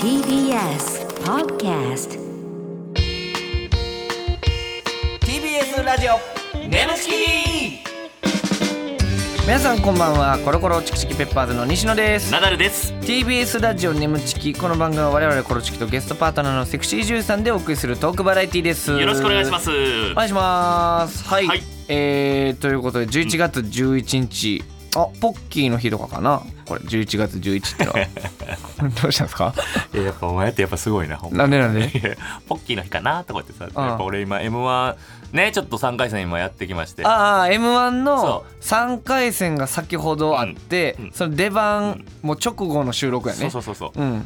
TBS Podcast TBS ラジオ眠ち皆さんこんばんはコロコロチキチキペッパーズの西野ですナダルです。 TBS ラジオ眠ちきこの番組は我々コロチキとゲストパートナーのセクシージュさんでお送りするトークバラエティですよろしくお願いしますす。お願いしますはい、はいえー、ということで11月11日、あポッキーの日とかかなこれ11月11っての はどうしたんですかえやっぱお前ってやっぱすごいな。ほんま なんでなんでいやポッキーの日かなとか言ってさ、やっぱ俺今 M1 ねちょっと3回戦今やってきまして、ああ m 1のそ3回戦が先ほどあって、うんうんその出番、もう直後の収録やねそうそうそうそう。うん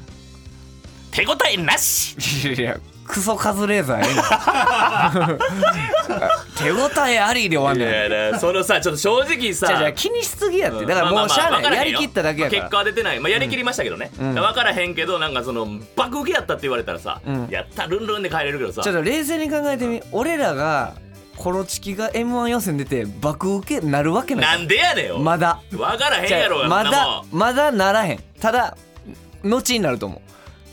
手応えなし。いやいやクソカズレーザーえ えの手応えありで終わんいねんやだからそのさちょっと正直じゃあじゃさあ。気にしすぎやってんだからまもあうまあしゃあない、わからへやんよりきっただけやから結果は出てない、まあ、やりきりましたけどね、ん分からへんけどなんかその爆受けやったって言われたらさ、んやったルンルンで帰れるけどさちょっと冷静に考えてみ俺らがコロチキが m 1予選出て爆受けなるわけなないんでやねんよ、まだ分からへんやろじゃあやまんなもだんまだならへんただ後になると思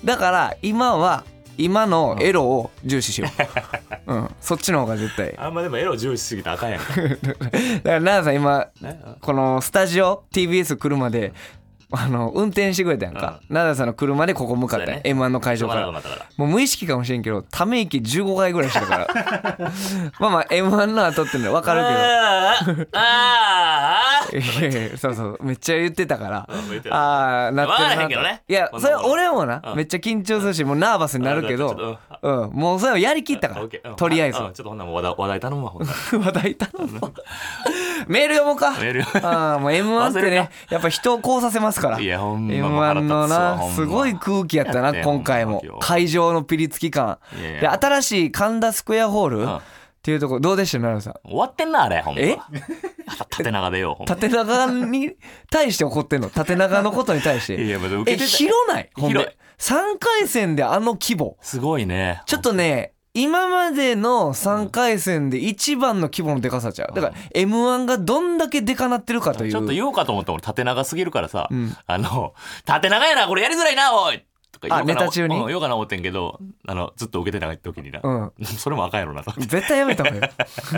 うだから今は今のエロを重視しよ う、うん、そっちの方が絶対あんまでもエロ重視しすぎたらあかんやんか、だから奈々さん今ね うんこのスタジオ TBS 来るまであの運転してくれたやんか、奈良さんの車でここ向かったやん、そうや m 1の会場かしょらうがなかったからもう無意識かもしれんけどため息15回ぐらいしてたから まあまあ m 1の後ってのは分かるああああけどいやいやそうそうめっちゃ言ってたからうん言ってたああなってるわからへなんけどねいやこんそなれもん俺もな、うんめっちゃ緊張するしもうナーバスになるけあちょどっ、うん、もうそれをやりきったかオッケーうらんとりあえずうんちょっとほんならもう話題話題頼むわほんなら話題頼むわメール読もうかメール読ああもう m 1って忘れねやっぱ人をこうさせますからいやほんま m もう1腹立つのわなほんますごい空気やったなやって今回もほんま今日会場のピリつき感いやいやで新しい神田スクエアホールんっていうとこどうでした奈良さん終わってんなあれほんまえ縦長でよほんま縦長に対して怒ってんの縦長のことに対しいてやまだ受えけてた広ないほん広でい3回戦であの規模すごいねちょっとね今までの3回戦で一番の規模のでかさちゃうだから m 1がどんだけでかなってるかというちょっと言おうかと思った俺縦長すぎるからさうんあの縦長やなこれやりづらいなおいとか言おうかなあネタ中にうん言おうかな思ってんけどあのずっと受けてない時になうんそれも赤や ろなと思って絶対やめた方がいい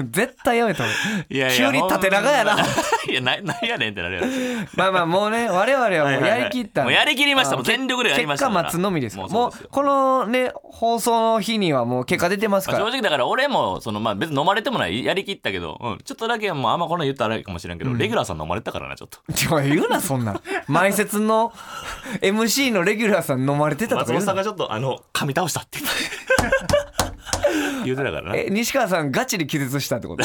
絶対やめた方がいいいやい急やに縦長やなほんま いやななんやねんってなるやろまあまあもうね我々はもうやりきったんもでうやりきりましたもう全力でやりま結した果から待つのみですからももうそうですうよこのね放送の日にはもう結果出てますまあか正ら直だから俺もそのまあ別に飲まれてもないやりきったけど、うん、ちょっとだけもうあんまこの言ったらあれかもしれんけど、レギュラーさん飲まれてたからなちょっと。ちょ言うなそんなん前説の MC のレギュラーさん飲まれてたとか松言本うさんながちょっとあの噛み倒したって言 って言うてた からな。え西川さんガチで気絶したってこと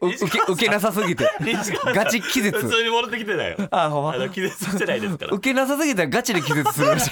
う受け受けなさすぎて西川さんガチ気絶普通に戻ってきてたよ。あほんまの気絶してないですから。受けなさすぎたらガチで気絶する らしい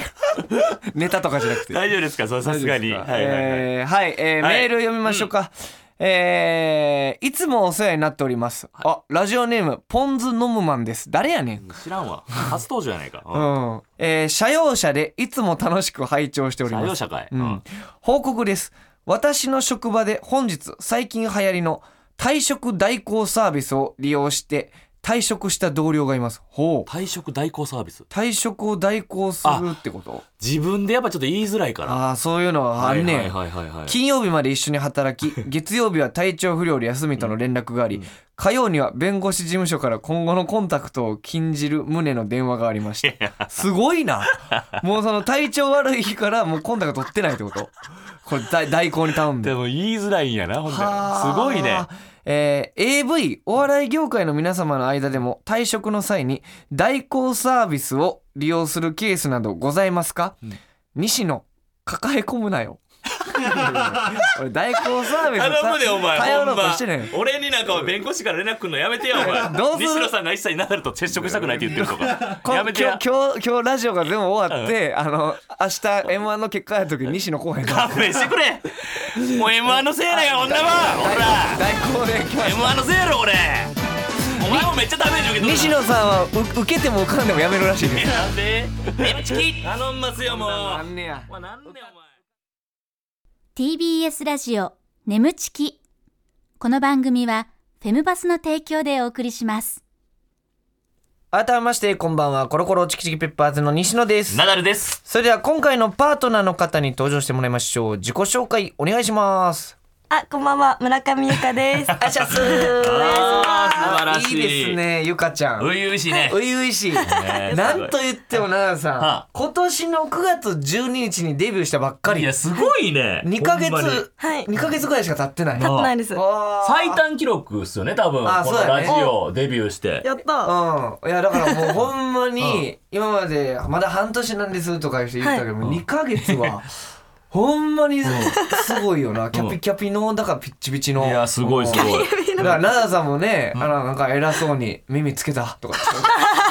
ネタとかじゃなくて大丈夫ですかそれさすがに。はいはいはい。えーはい、えーはいメール読みましょうか。えーいつもお世話になっております。あ、ラジオネーム、ポンズノムマンです。誰やねん。知らんわ。初登場やないか。う。うんえー、社用車でいつも楽しく拝聴しておん。り採ま用す。者かい。ううんん。報告です。私の職場で本日、最近流行りの退職代行サービスを利用して退職した同僚がいます。ほう。退職代行サービス。退職を代行するってこと自分でやっぱちょっと言いづらいから。ああー、そういうのはあんねん。はいはいはいはい。金曜日まで一緒に働 き月曜日は体調不良で休みとの連絡があり、火曜には弁護士事務所から今後のコンタクトを禁じる旨の電話がありましたすごい なもうその体調悪い日からもうコンタクト取ってないってことこれ代代行に頼んででも言いづらいんやな、ほんで。はあすごいね。。えー AV お笑い業界の皆様の間でも退職の際に代行サービスを利用するケースなどございますか、うん西野抱え込むな よ俺代行サービス頼むでお 前頼ろうとほんましてね俺になんか弁護士から連絡くんのやめてよお前 どうする西野さんが一切ナダルと接触したくないって言ってるとか こやめて今や日今日今日ラジオが全部終わって、あの明日 m 1の結果や時に西野公演が勘弁してくれもう m 1のせい だよ女はほら代行で来まし m 1のせいやろ俺お前もめっちゃダメージ受たけとる西野さんはう受けても受かんでもやめるらしいです なんで眠ちき頼んますよもう なんねやお前なんでお前 TBS ラジオ眠ちきこの番組はフェムバスの提供でお送りします改めましてこんばんはコロコロチキチキペッパーズの西野ですナダルです。それでは今回のパートナーの方に登場してもらいましょう自己紹介お願いしますあ、こんばんは、村上ゆ かです。あしゃあす。ー素晴らしい。いです。ねゆかちゃんういういしいね。初々しいねなんと言っても奈々さはん今年の9月12日にデビューしたばっかいりや、すごいね。 2ヶほんまに月はい2ヶ月ぐらいしか経ってないな立ってないです。やあー最短記録っすよね、多分。こあそうのだラねジオデビューして。った。うん、いやだから もうほんまに今までまだ半年なんですとかいう人言ってたけど、もう2ヶ月はほん まにすごいよなキャピキャピのだからピッチピチのいや、すごいすごい。だから奈々さんもね、あのなんか偉そうに耳つけたとか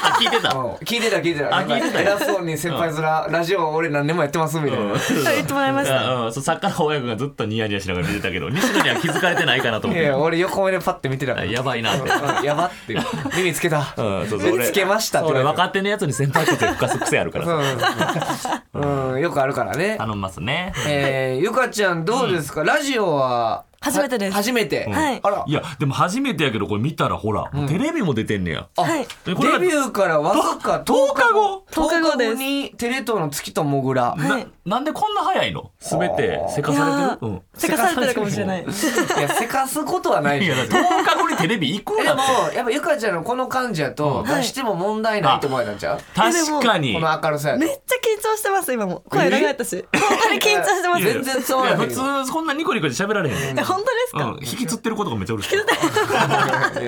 あ、聞いてた。うん聞いてた聞いてたなんか聞いてた偉そうに先輩面ラジオ俺何年もやってますみたいな。言ってもらいました。うん、そう作家の親子がずっとニヤニヤしながら見てたけど西野には気づかれてないかなと思いってや俺横目でパッて見てたからやばい なってうんやばって耳つけたうんそうそう耳つけましたって俺言われて若手のやつに先輩風吹かす癖あるからそうさそうそううんよくあるからね頼みますねえー、ゆかちゃんどうですか、ラジオは初めてですは初めて、はいあらいやでも初めてやけどこれ見たらほら、テレビも出てんねやはい。えこれはデビューからわずかと10日後10日後ですにテレ東の月とモグラ、はいななんでこんな早いの全てせかいやされてる、うーん、せかされてるかもしれない。いやせかすことはないいでやしょだって10日後にテレビ行くえんでだもやっぱゆかちゃんのこの感じやとん出しても問題ないと思われたんちゃう、確かにこの明るさやとめっちゃ緊張してます、今も。声長かったし。本当に緊張してまいやす。全然そういなやんだ普けど通こんなニコニコで喋られへんねえ、本当ですうか、ん、引きつってることがめっちゃうるしい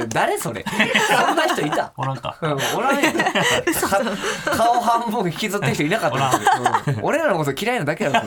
誰それそんな人いたおらんかうんおらんよか顔半分引きずってる人いなかったうん俺らのこと嫌いなだけだ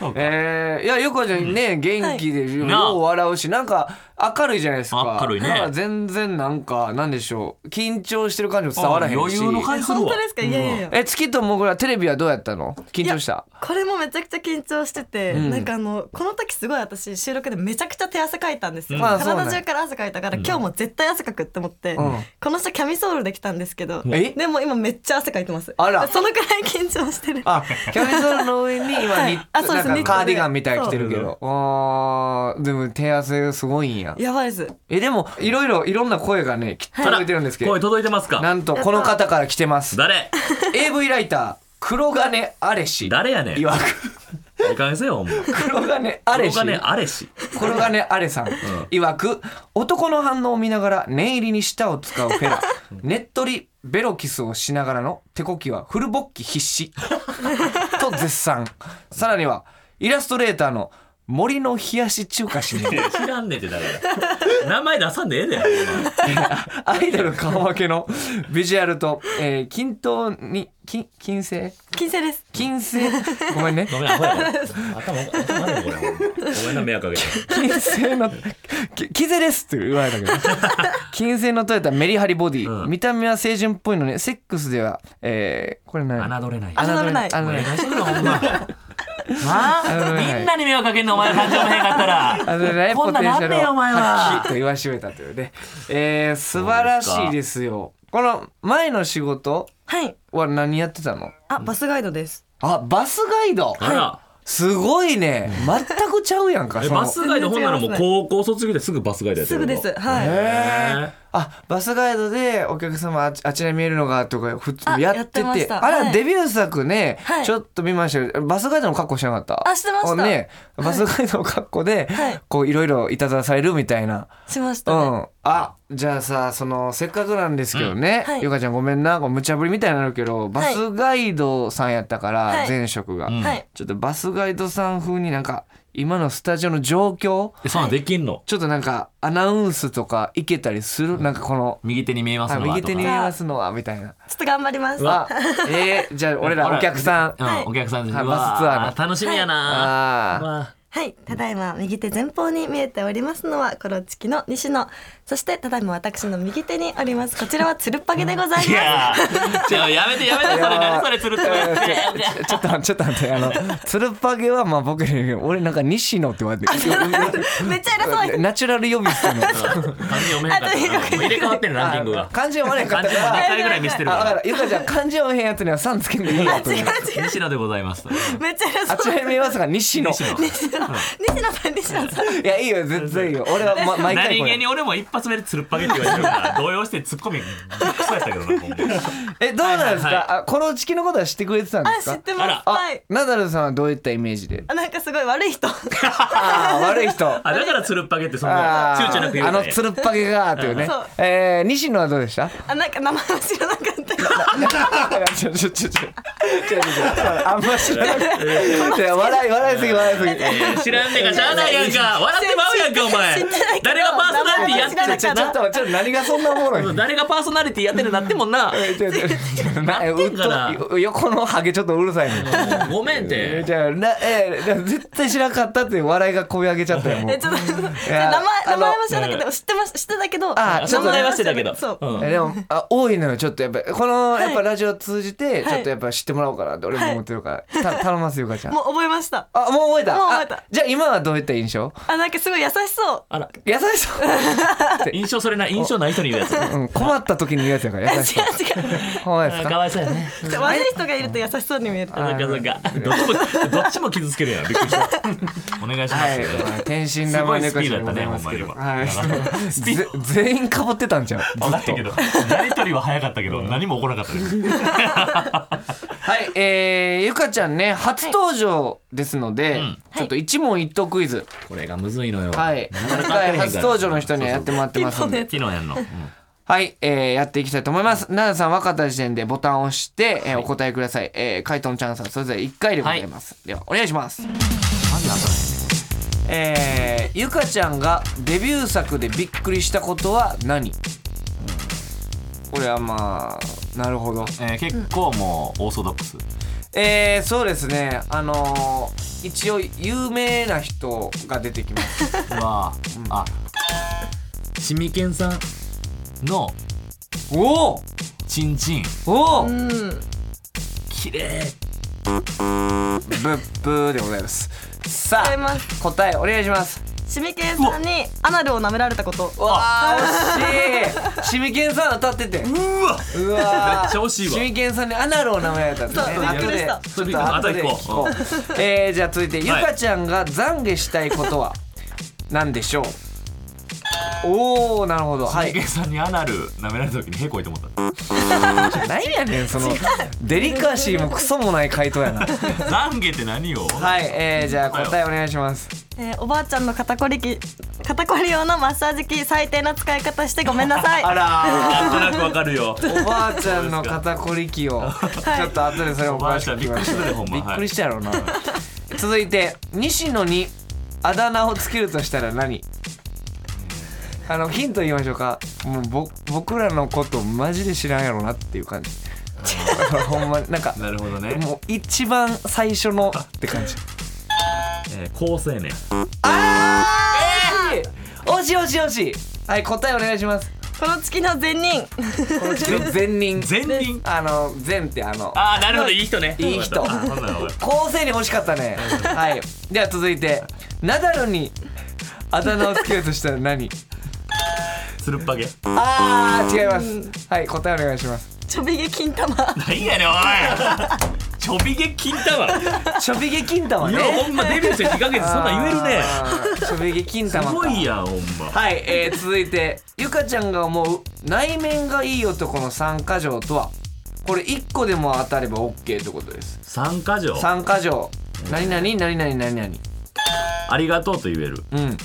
と思うえーいやゆかちゃんね元気でようなあよう笑うしなんか明るいじゃないですか明るいねなんか全然なんかなんでしょう緊張してる感じも伝わらへん余し裕の感じする本わ当ですかいやいやいや。え月ともぐらテレビはどうやったの緊張したこれもめちゃくちゃ緊張してて、なんかあのこの時すごい私収録でめちゃくちゃ手汗かいたんですよ、まあそうなんや体中から汗かいたから、今日も絶対汗かくって思って、んこの人キャミソールできたんですけどえでも今めっちゃ汗かいてますあらそのくらい緊張してるあキャミソールの上に今ニッあそうなですんかニットでカーディガンみたいに着てるけどあーでも手汗すごいんややばいですえでもいろいろいろんな声がね届いてるんですけど声届いてますかなんとこの方から来てます誰 AV ライター黒金アレシ誰やねんいわいかんせよお前く黒金アあレれシがねあれ し黒金アレさん、いわく男の反応を見ながら念入りに舌を使うフェラねっとりベロキスをしながらの手こきはフル勃起必至と絶賛さらにはイラストレーターの森の冷やし中華師に知らんねんって誰や名前出さんでええでアイドル顔負けのビジュアルと、えー均等に金金星金星です金星ごめんねごめんアホやわ頭頭悪いわこれごめんな迷惑かけて金星の「きキゼです」って言われ たけど金星のトヨタメリハリボディ、うん見た目は清純っぽいのにセックスではえー、これ何侮れないあ侮れない侮おれ願いないしてくれほんまなあみんなに迷惑かけんのお前感情の変かったあのねらこポんなテんンなシんャねルんおを前発は揮と言わしめたというね、えー、素晴らしいですよこの前の仕事はいは何やってたのあバスガイドですあバスガイドあらすごいね全くちゃうやんかえそのバスガイドほんならもう高校卒業ですぐバスガイドやってするぐのですはい、へーあバスガイドでお客様あちあちらに見えるのがとか普通あやってやってまてしたあらはいデビュー作ね、はいちょっと見ましたけどバスガイドの格好してなかったあしてましたおねバスガイドの格好で、はいこういろいろいたずらされるみたいな、しましうた、ねんあじゃあさそのせっかくなんですけどね、はいゆかちゃんごめんなこう無茶ぶりみたいになるけどバスガイドさんやったから、はい前職が、うんはいちょっとバスガイドさん風になんか今のスタジオの状況えそんなんできんのちょっとなんかアナウンスとかいけたりする、なんかこの右手に見えますあのは右とか手に見えますのはみたいな。ちょっと頑張りますあ、えー、じゃ あ俺らお客さん。うあん、お客さんにはいバスツアーのうわ楽しみやな、あまあ はい、ただいま右手前方に見えておりますのはコロチキの西野そしてただいま私の右手におりますこちらはつるっぱげでございますいやーちょやめてやめてそれいやー何それつるってー。ちょっとちょっと待ってあのつるっぱげはまあ僕より俺なんか西野って言われてめっちゃ偉そうにナチュラル呼び捨ての漢字読めへんかったなもう入れ替わってる ランキングがあ漢字読まれへんかった漢字かも2ら回ぐらい見せてるあだかからゆかちゃん漢字読めへんやつには「さん」つけんでいいよと思うら西野でございますめっちゃ偉あそちらに見えますが西野西野うなの西野さん西野さんいやいいよ絶対いいよ俺は、ま、毎回 何こ気れに俺も一発目でつるっぱげって言われてるから動揺してツッコミクソやったけどなほんまえどうなんですか、はいはいあこのチキのことは知ってくれてたんであす知かってあますらはいナダルさんはどういったイメージであなんかすごい悪い人ああ悪い人ああだからつるっぱげってそんなあ躊躇なく言ーあうののねつるっぱげがーというねそうえー、西野はどうでしたあなんか名前は知らなかったけどちょちょちょちょちょちょちょあんま知らなくていや笑い笑いすぎ笑いすぎいやいや知らんねんがしゃあないや んか笑ってまうやんかお前知ってないけど誰がパーソナリティやって名前は知ちょらちょなっかっとちょっと何がそんなおもろいの誰がパーソナリティやってるなってもんなえちょちょちょなえなってんかなうっと横のハゲちょっとうるさいねごめんっえてじゃあなえじゃあ絶対知らなかったっていう笑いがこみ上げちゃったよもうたえちょっと名前や名前は知らなあくのて知ってました知ってたけどあちょっと名前はしてたけどそううんえでもあ多いのよちょっとやっぱこのやっぱはいラジオ通じてはちいょっとやっぱ知ってもらおうかなって俺も思ってるから、た頼ますよゆかちゃんもう覚えましたあもう覚えたもう覚えたあじゃあ今はどういった印象あなんかすごい優しそうあら優しそう、 印象それな印象ない人に言うやつうん、困った時に言うやつやから違う優しそう違ほんまですあかかわいそうやねう悪い人がいると優しそうに見えるそっかそっかどっちもどっちも傷つけるやんびっくりしたお願いしまはい、すまあ天真爛漫猫ちゃんでございますけど、すごいスピはいードやったねほんまに今スピーぜ全員かぶってたんじゃんずっと分かったけどやりとりは早かったけど何も起こらなかったですはい、えー、ゆかちゃんね初登場ですので、んちょっと一問一答クイズ、これがむずいのよはい、今回初登場の人にはやってもらってますんで、昨日やんのうんはい、えー、やっていきたいと思います。奈々さん分かった時点でボタンを押して、えー、お答えください。えー、回答のチャンスはそれぞれ1回でございます。では、お願いします。えー、ゆかちゃんがデビュー作でびっくりしたことは何これはまあ、なるほど。えー結構もうオーソドックスえー、そうですね。あのー、一応有名な人が出てきます。うわあシミケンさんの おーチンチンおおうブん綺麗ッブーでございます。さ違いあ、ます答えお願いします。シミケンさんにアナルを舐められたことわあ惜しいシミケンさん当たっててううわわめっちゃ惜しいわシミケンさんにアナルを名前やったんですねそう後びっくりしでたちょっと後で聞こうえーじゃあ続いてゆかちゃんが懺悔したいことは何でしょうおおなるほどはいシミケンさんにアナル舐められた時にへこいと思 った何やねんそのデリカシーもクソもない回答やな懺悔って何よはいえーじゃあ答えお願いしますえーおばあちゃんの肩こり機肩こり用のマッサージ機最低な使い方してごめんなさいあらなんとなくわかるよーおばあちゃんの肩こり 機をちょっと後でそれをおばあちゃんびっくりするでほんびまっくりししたやろうな、続いて西野にあだ名をつけるとしたら何あのヒント言いましょうかもうぼ僕らのことマジで知らんやろなっていう感じ ほんまになんか なるほどねもう一番最初のって感じえー高青年あー、惜しい惜しい惜しいはい答えお願いしますこの月の善人 この地区の善人善人あの善ってあのああなるほどいい人ねいい人わかったわかったわかっ構成に惜しかったねはいでは続いてナダルにあだ名をつけるとしたら何たつるっぱげあー違いますはい答えお願いしますちょびげ金玉何やねんお いちょびげ金玉ちょびげ金玉いねやほんまデビューして2ヶ月そんなん言えるねあーちょびげ金す玉かごいやんほんまはい、えー、続いてゆかちゃんが思う内面がいい男の三箇条とはこれ一個でも当たれば OK ってことです三箇条三箇条何々何々何々ありがとうと言えるうん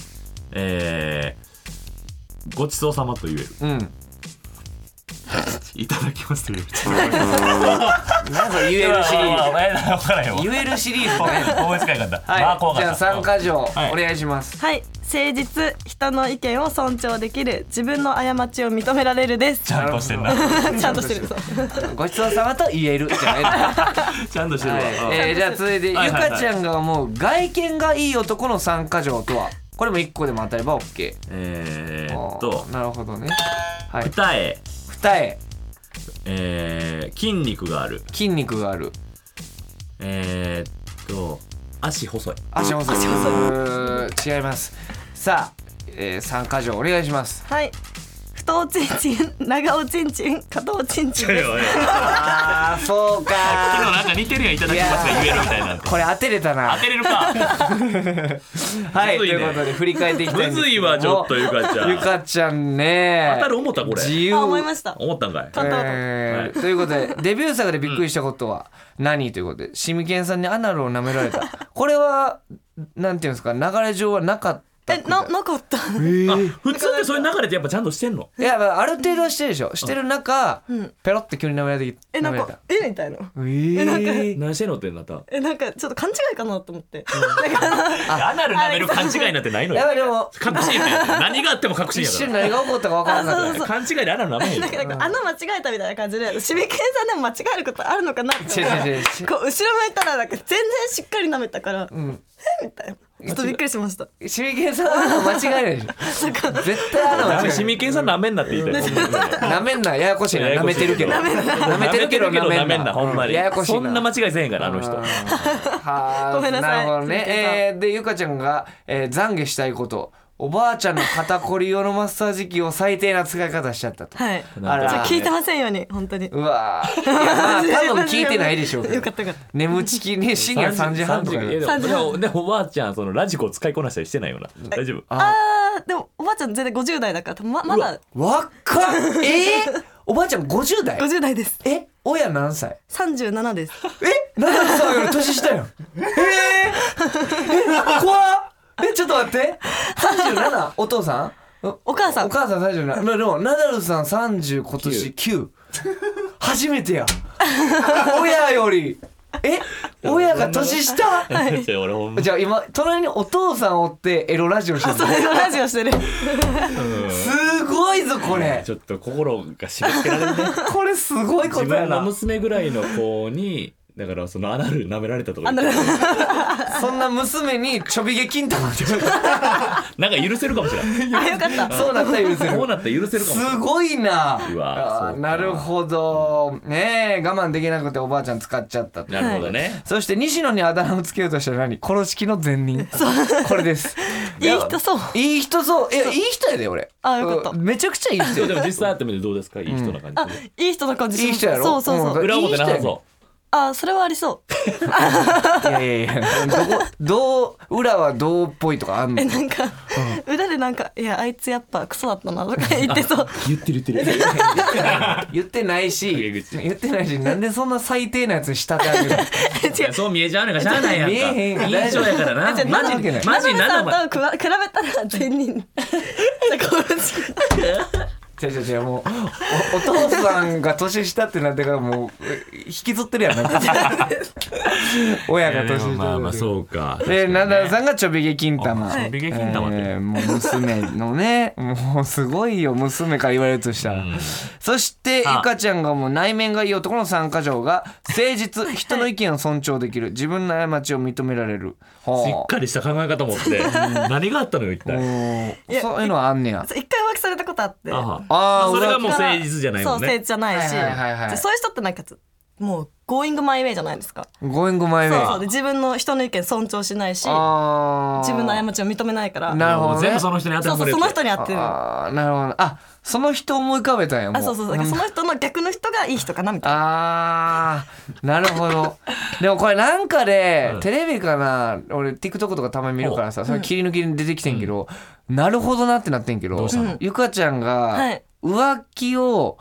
えー、ごちそうさまと言える うんいただきますと言えるなんか言えるシリーズ前な分からへん わ言えるシリーズね思いつかな かったまあは怖い、かじったゃあ三箇条はいお願いします。はい誠実人の意見を尊重できる自分の過ちを認められるですちちゃんとしてん な ゃんとしてるそうごちそうさまと言えるじゃない。はちゃんとしてるわ、い、えーじゃあ続いてゆはいはいはいかちゃんが思う外見がいい男の三箇条とは、これも一個でも当たればオッケえー。ー、っとなるほどね。はい、二重二重えー、筋肉がある筋肉がある。えー、っと足細い足細い。足細い。違います。さあ、えー、三箇条お願いします。はい不太おちんちん長おちんちん加藤ちんちんです あーそう昨日かなんか似てるやんいただきますが言えるみたいなこれ当てれたな当てれるかはいむとずいいねうことで振り返っていきたい むんですずけいどもわちょっとゆかちゃんゆかちゃんね当たる思ったこれ自由あ思いました思ったんかい簡単だえはいーということ でデビュー作でびっくりしたことは何ということでシミケンさんにアナルを舐められた これはなんていうんですか流れ上はなかったえことななかったあ普通ってそういう流れってやっぱちゃんとしてんのいやまあある程度はしてるでしょしてる中、うんペロって急に舐められてきえ舐なんめられかたえみたいなえー、何してんのってなったえなんかちょっと勘違いかなと思ってなんかアナル舐める勘違いなんてないのやよばいでも確信やね何があっても確信一や瞬か何が起こったか分からなあかそうっそらう勘違いでアナル舐めへんよなんかなんか穴間違えたみたいな感じでシミケンさんでも間違えることあるのかなって思って違う違う違うこう後ろ向いたらなんか全然しっかり舐めたから、んえみたいなちょっとびっくりしましたたシミケンさんは間違いないでしょ絶対あの間違いシミケンさん舐めんなって言いたいなめんなややこしいな舐めてるけど舐めてるけど舐めんなほんまにややこしいそんな間違いせえへんからあの人はあごめんなさいるほどね鈴木。さんえーでゆかちゃんが、えー、懺悔したいこと。おばあちゃんの肩こり用のマッサージ機を最低な使い方しちゃったと。はいあらじゃあ聞いてませんように本当にうわ ー。いやまあ多分聞いてないでしょうけよかっど。たよかっ眠ちきね深夜3時半といかやに。で3時もでもおばあちゃんそのラジコ使いこなしたりしてないよな大丈夫たあーでもおばあちゃん全然50代だからままだ若っえー、おばあちゃん50代50代ですえ親何歳37ですえ何歳より年下やん。えー、え怖っえちょっと待って。37? お父さんんお母さんお母さん37まあ でもナダルさん30今年9初めてや 親よりえ親が年下いや俺ほんまじゃあ今隣にお父さんおってエロラジオしてそるれのラジオしてるすごいぞこれちょっと心が締め付けられるねこれすごいこ自とや分のな娘ぐらいの子にだからそのアナル舐められたとかあ言っのてそんな娘にちょびげ金玉 ってなんか許せるかもしれないあよかったそうなったら許せこうるなったら許せるかもしれすないごいなうわあそうかなるほどねえ我慢できなくておばあちゃん使っちゃったってなるほどねそして西野にあだ名をつけようとしたら何殺しきの善人これですいい人そういい人そういやいい人やで俺あよかったうんめちゃくちゃいい人でやも実際会ってみてどうですかいい人な感あじでいい人な感じしまいいす人やろそうそうそううん裏表なさそあそれはありそういやいやいやどこどう裏はどうっぽいとかあんのえなんか、裏でなんか「いやあいつやっぱクソだったな」とか言ってそうう言ってる 言ってる言ってないし陰口言ってないしなんでそんな最低なやつに仕立て上げるのいやそう見えちゃうのがしゃあないやんか見えへんから印象やからなじゃあマなわジけないマジな田辺んださんとくわ比べたら全 人違う違う違うもうおお父さんが年下ってなってからもう引きずってるやんなんか 親が年下まあまあそうかで、ナダルさんがちょびげ金玉。あちょびげ金玉ってえーもう娘のね、もうすごいよ、娘から言われるとしたら。そして、ゆあかちゃんがもう内面がいい男の参加条が、誠実、人の意見を尊重できる、自分の過ちを認められる。しほっかりした考え方持って何があったのよ一う。体おーそういうのはあんねや。一回浮気されたことあってあああーそれがもうだから誠実じゃないもんそう誠ね実じゃないし、はいはいはいはいでそういう人ってなんかもう「ゴーイングマイウェイ」じゃないですかゴーイングマイウそうそェうイ。で自分の人の意見尊重しないしあー自分の過ちを認めないからなるほもどうね。全部その人に当てそはうそまうるその人に合ってるああーなるほど。あ、その人思い浮かべたんや、もう。そうそうそうだからその人の逆の人がいい人かなみたいなあーなるほどでもこれなんかで、テレビかな俺 TikTok とかたまに見るからさそれ切り抜きに出てきてんけど、なるほどなってなってんけどどうしたのゆかちゃんはがい浮気を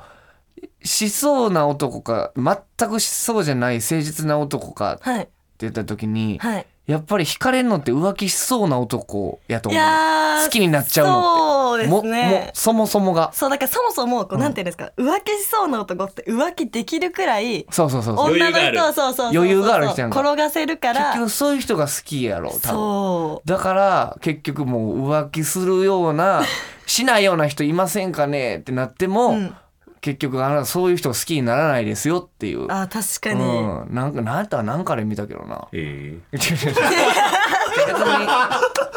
しそうな男か全くしそうじゃない誠実な男かってはい言った時に、はいやっぱり惹かれんのって浮気しそうな男やとい思うやー好きになっちゃうのって。そうですねももそもそもがそうだからそもそもこうなんていうんですか、浮気しそうな男って浮気できるくらいそうそうそうそう余女裕のがある人をそうそうそうそう余裕がある人やんか転がせるか結ら局そういう人が好きやろ多分そだから結局もう浮気するよう なしないような人いませんかねってなっても、ん結局あなたそういう人好きにならないですよっていう。うあ確かに、う ん、なんかなんやったらなんかで見たけどな。ええちょ別に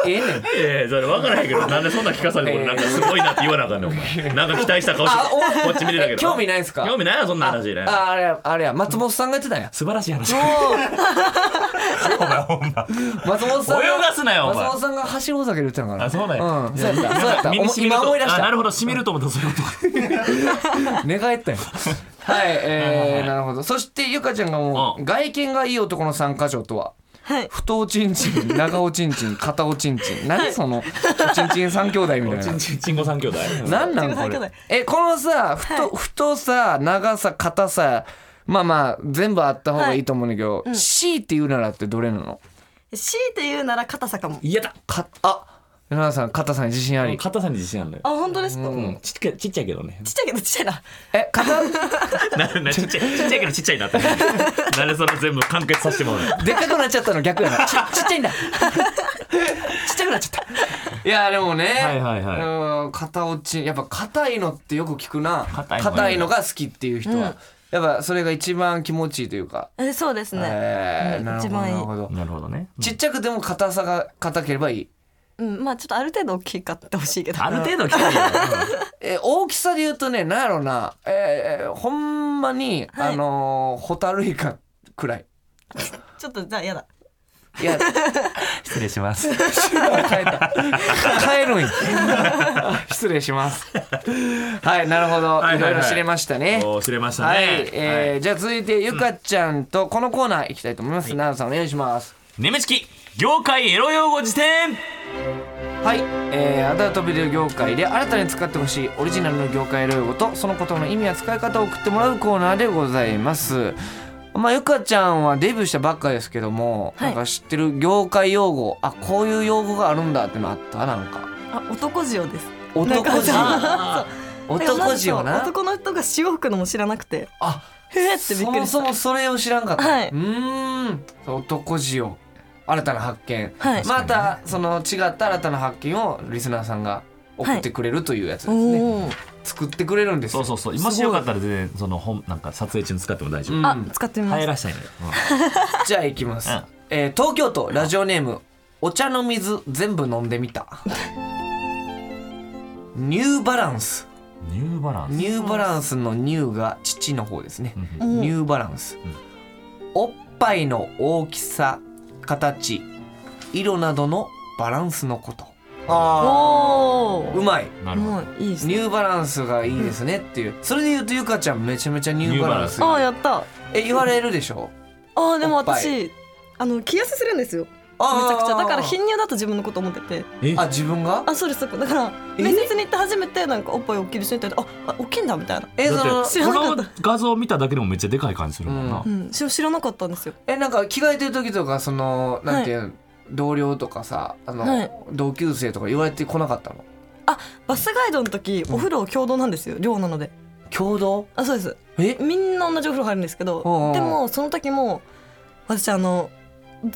ええねんええそれ分からへんけどなんでそんな聞かされてええ俺なんかすごいなって言わなあかんねんお前なんか期待した顔してあおこっち見てたけど興味ないんすか興味ないよそんな話ねああれやあれや松本さんがやってたんや素晴らしい話。お前ほんま。松本さんが泳がすなよお前松本さんが走ろう酒で言ってたんかなあそうなんやうんそうやったそうやった耳染みる今と思い出しあなたるほど染みると思ったそういうこ と寝返ったよはいえー、なるほどそしてゆかちゃんがもうう外見がいい男の参加条とははい。太おちんちん長おちんちん片おちんちん何そのおちんちん三兄弟みたいなちんちんちんご三兄弟なんなんこちんちん三兄弟れえこのさ太,、太さ長さ硬さまあまあ全部あった方がいいと思うんだけど、C って言うならってどれなの強いて言うなら硬さかも。嫌だかあ奈々さん硬さに自信あり硬さに自信あるのよあ、本当ですか。うんちっちゃいちっちゃいけどねちっちゃいけどちっちゃいな。え硬 ななちっちゃいちっちゃいけどちっちゃいなって なんでそれ全部完結させてもらうのでっかくなっちゃったの逆やなちちっちゃいんだちっちゃくなっちゃったいやでもね、はいはいはいうん片落ちやっぱ硬いのってよく聞くな硬いのがいい硬いのが好きっていう人は、やっぱそれが一番気持ちいいというか、 え、そうですね。えーうんなるほ一ど番いいなるほど なるほどねちっちゃくても硬さが硬ければいいうん、まあ、ちょっとある程度大きいかってほしいけど。ある程度来てるよえー大きさで言うとねなんやろうな、えーほんまに、はいあのーホタルイカくらいちょっと、じゃ、あやだ。いや失礼し ます変えた変えるんやあ失礼しますはいなるほど、はいはいいはいろいろ知れましたねおー知れましたはい、えーねじゃあ続いてゆかちゃんとこのコーナー行きたいと思います、奈々さんお願いしますネムチキ業界エロ用語辞典はい、えー、アダルトビデオ業界で新たに使ってほしいオリジナルの業界用語とその言葉の意味や使い方を送ってもらうコーナーでございますまあゆかちゃんはデビューしたばっかですけども、はいなんか知ってる業界用語あこういう用語があるんだってのあったなんかあ、男塩です。男なん塩か男塩な男の人が潮吹くのも知らなくて。あへえってびっそくりもした。そもそれを知らんかった、はいうーん男塩新たな発見、はいまたその違った新たな発見をリスナーさんが送ってくれるというやつですね、おお。作ってくれるんですそようそうそうもしよかったら全然その本なんか撮影中に使っても大丈う夫んあ、使ってみま流行す。らしたいのよじゃあ行きます、うんえー東京都ラジオネームお茶の水全部飲んでみたニューバランスニューバランニューバランスのニューが父の方ですね、スうんニューバランス、んおっぱいの大きさ形色などのバランスのことあおあお。うまいなるほもどういいですニね。ューバランスがいいですねっていう、それで言うとゆかちゃんめちゃめちゃニューバランスあー、やった。あえ言われるでしょー、でもおっぱ私。あの、気痩せするんですよ。めあちーゃくちゃ、だから、貧乳だと自分のこと思ってて。えあ自分があ、そうです。そうですだから、え面接に行って初めて、なんかおっぱい大きいですねって言われて、あ、あ大きいんだみたいな。えそだのって知らこなかったの画像見ただけでもめっちゃでかい感じするもんなうん、知ら知らなかったんですよ。えなんか着替えてる時とかそのなんていうの、同僚とかさあの、はい同級生とか言われてこなかったのバスガイドの時、お風呂共同なんですよ、寮なので。共同あ、そうです。えみんな同じお風呂入るんですけど、うんうんでも、その時も、私、あの。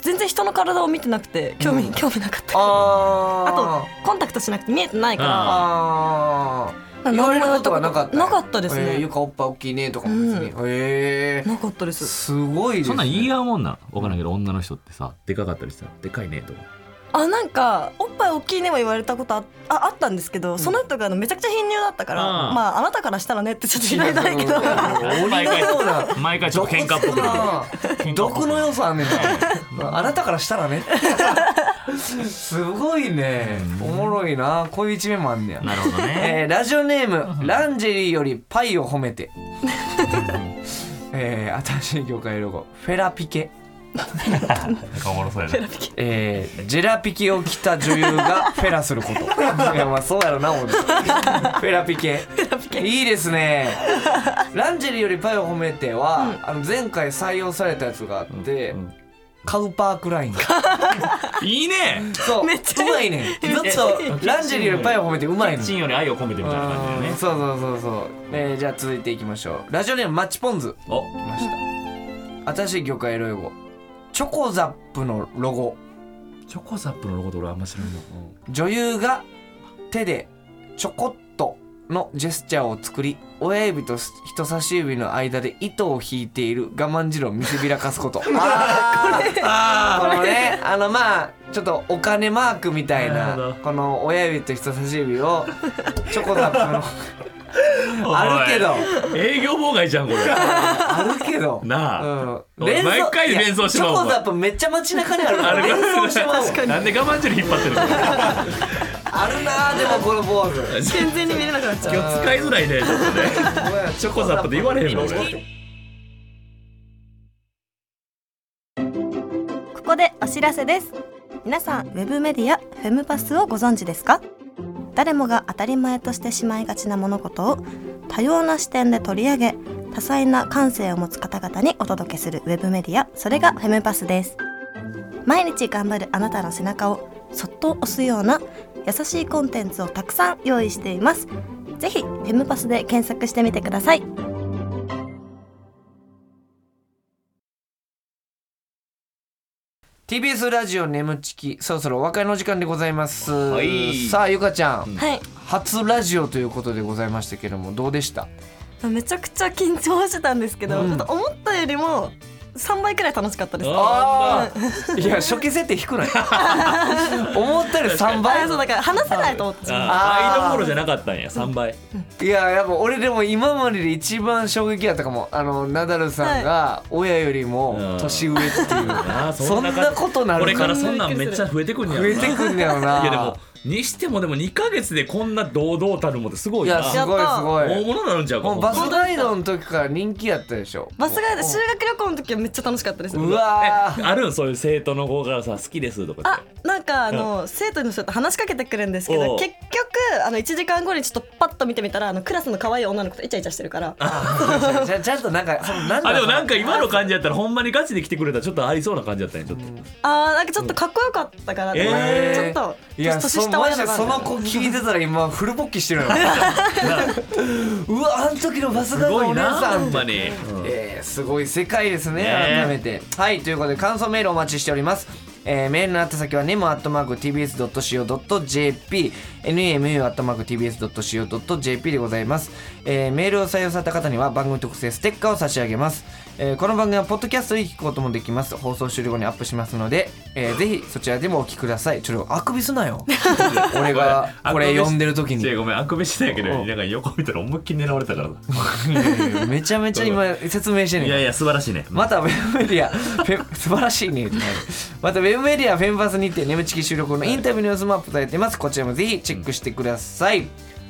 全然人の体を見てなくて、興味、うん興味なかった。あーあとコンタクトしなくて見えてないかあーら言われることはなかったなかったですえー、ゆね、かおっぱい大きいねとかも別に、へえなかったですすごいです、ね、そんなん言い合うもんなんわからんけど女の人ってさでかかったりさでかいねとかあなんかおっぱい大きいねは言われたことあああったんですけど、その人があのめちゃくちゃ貧乳だったからああまああなたからしたらねってちょっと言われたいけどう ん鬼のような毎回ちょっと喧嘩っぽくなる毒の良さあんねんなあなたからしたらねすごいねおもろいなこういう一面もあんねやなるほどねえーラジオネームランジェリーよりパイを褒めてえー新しい業界ロゴフェラピケおもろそうやなえージェラピケを着た女優がフェラすることいやまあそうやろな俺フェラピケいいですねランジェリーよりパイを褒めては、あの前回採用されたやつがあって、うんカウパークラ インいいねそうめっちゃうまいねずっ とランジェリーよりパイを褒めてうまいのチンより愛を込めてみたいな感じだうよんねそうそうそうそう、えーじゃあ続いていきましょうラジオネームマッチポンズお来ました新しい魚介ロゴチョコザップのロゴチョコザップのこと俺あんま知らんの女優が手でちょこっとのジェスチャーを作り親指と人差し指の間で糸を引い ている我慢汁を見せびらかすことあーこれあーこのねあのまあちょっとお金マークみたいなるなほどこの親指と人差し指をチョコザ ップのあるけど営業妨害じゃんこれあるけど なあうん、おい連想毎回連想しまういやチョおコ前ザップめっちゃ街中にあるから あれ連想しまう確かになんで我慢汁引っ張ってるのこあるなーでもこの坊 主れ全然に見れなくなっちゃう今日使いづらいねちょっとねチョコザップで言われへんの俺ここでお知らせです皆さんウェブメディアフェムパスをご存知ですか誰もが当たり前としてしまいがちな物事を多様な視点で取り上げ多彩な感性を持つ方々にお届けするウェブメディアそれがフェムパスです毎日頑張るあなたの背中をそっと押すような優しいコンテンツをたくさん用意していますぜひフェムパスで検索してみてくださいー TBS ラジオ眠ちきそろそろお別れの時間でございます、はいさあゆかちゃん、はい初ラジオということでございましたけどもどうでしためちゃくちゃ緊張してたんですけど、うんちょっと思ったよりも3倍くらい楽しかったですああいや初期設定低くない 思ったより3あ倍そうだから話せないと思ってしまうああ倍どころじゃなかったんや3倍いややっぱ俺でも今までで一番衝撃やったかもあのナダルさんが親よりも年上っていう、あーそん感じなことなこるれかからら増そんなんめっちゃ増えてくんねやろなえてくんだよないやでもにしてもでも2ヶ月でこんな堂々たるもんってすごいいなやすごいすご大い物になるんちゃうかもうバスガイドの時から人気やったでしょバスガイド修学旅行の時はめっちゃ楽しかったですうわえあるんそういう生徒の方からさ好きですとかっあてなんかあの、生徒の人と話しかけてくるんですけおどう結局あの1時間後にちょっとパッと見てみたらあのクラスの可愛い女の子とイチャイチャしてるからーじゃちゃんとなんかそのなんだあでろもうなんか今の感じやったらほんまにガチで来てくれたらちょっとありそうな感じやったねちょっとあーなんかちょっとかっこよかったから、えーちょっといや年そ下マ親ジのでがその子聞いてたら今フル勃起 してるのようわあの時のバスすガイドごのおい姉さなんっほんてまにえーすごい世界ですねね改めてはいということで感想メールお待ちしておりますえーメールの宛先は nemu.tbs.co.jp nemu.tbs.co.jp でございます、えーメールを採用された方には番組特製ステッカーを差し上げます、えーこの番組はポッドキャストで聞くこともできます放送終了後にアップしますので、えーぜひそちらでもお聞きくださいちょっとあくびすな よ俺がこれ読んでる時に違うごめんあくびしてたんやけどなんか横見たら思いっきり狙われたからめちゃめちゃ今説明してんねんいやいや素晴らしいねまたウェブメ ディアフェ素晴らしいねまたウェブメディアフェンバスにて眠ちき収録後のインタビューの様子もアップされていますこちらもぜひチェックしてください、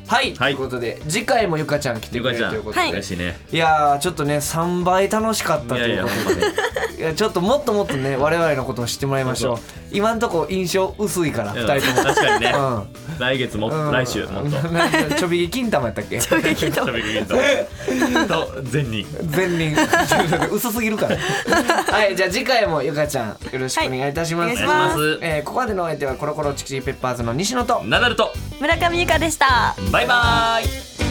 はい、とはいいうことで次回もゆかちゃん来てゆくかれちるゃんということで、嬉しいねいやーちょっとね3倍楽しかっいたとやいいうやこほとんまでにいやちょっともっともっとね我々のことを知ってもらいましょう今んとこ印象薄いからうん2人とも確かにねうん来月もうん来週もっとなん かちょびぎ金玉やったっけ 喋りきとと善人全輪薄すぎるから はいじゃあ次回もゆかちゃんよろしくお願いいたします,、はいお願いしますえーここまでのお相手はコロコロチキチキペッパーズの西野とナダルと村上由香でしたバイバーイ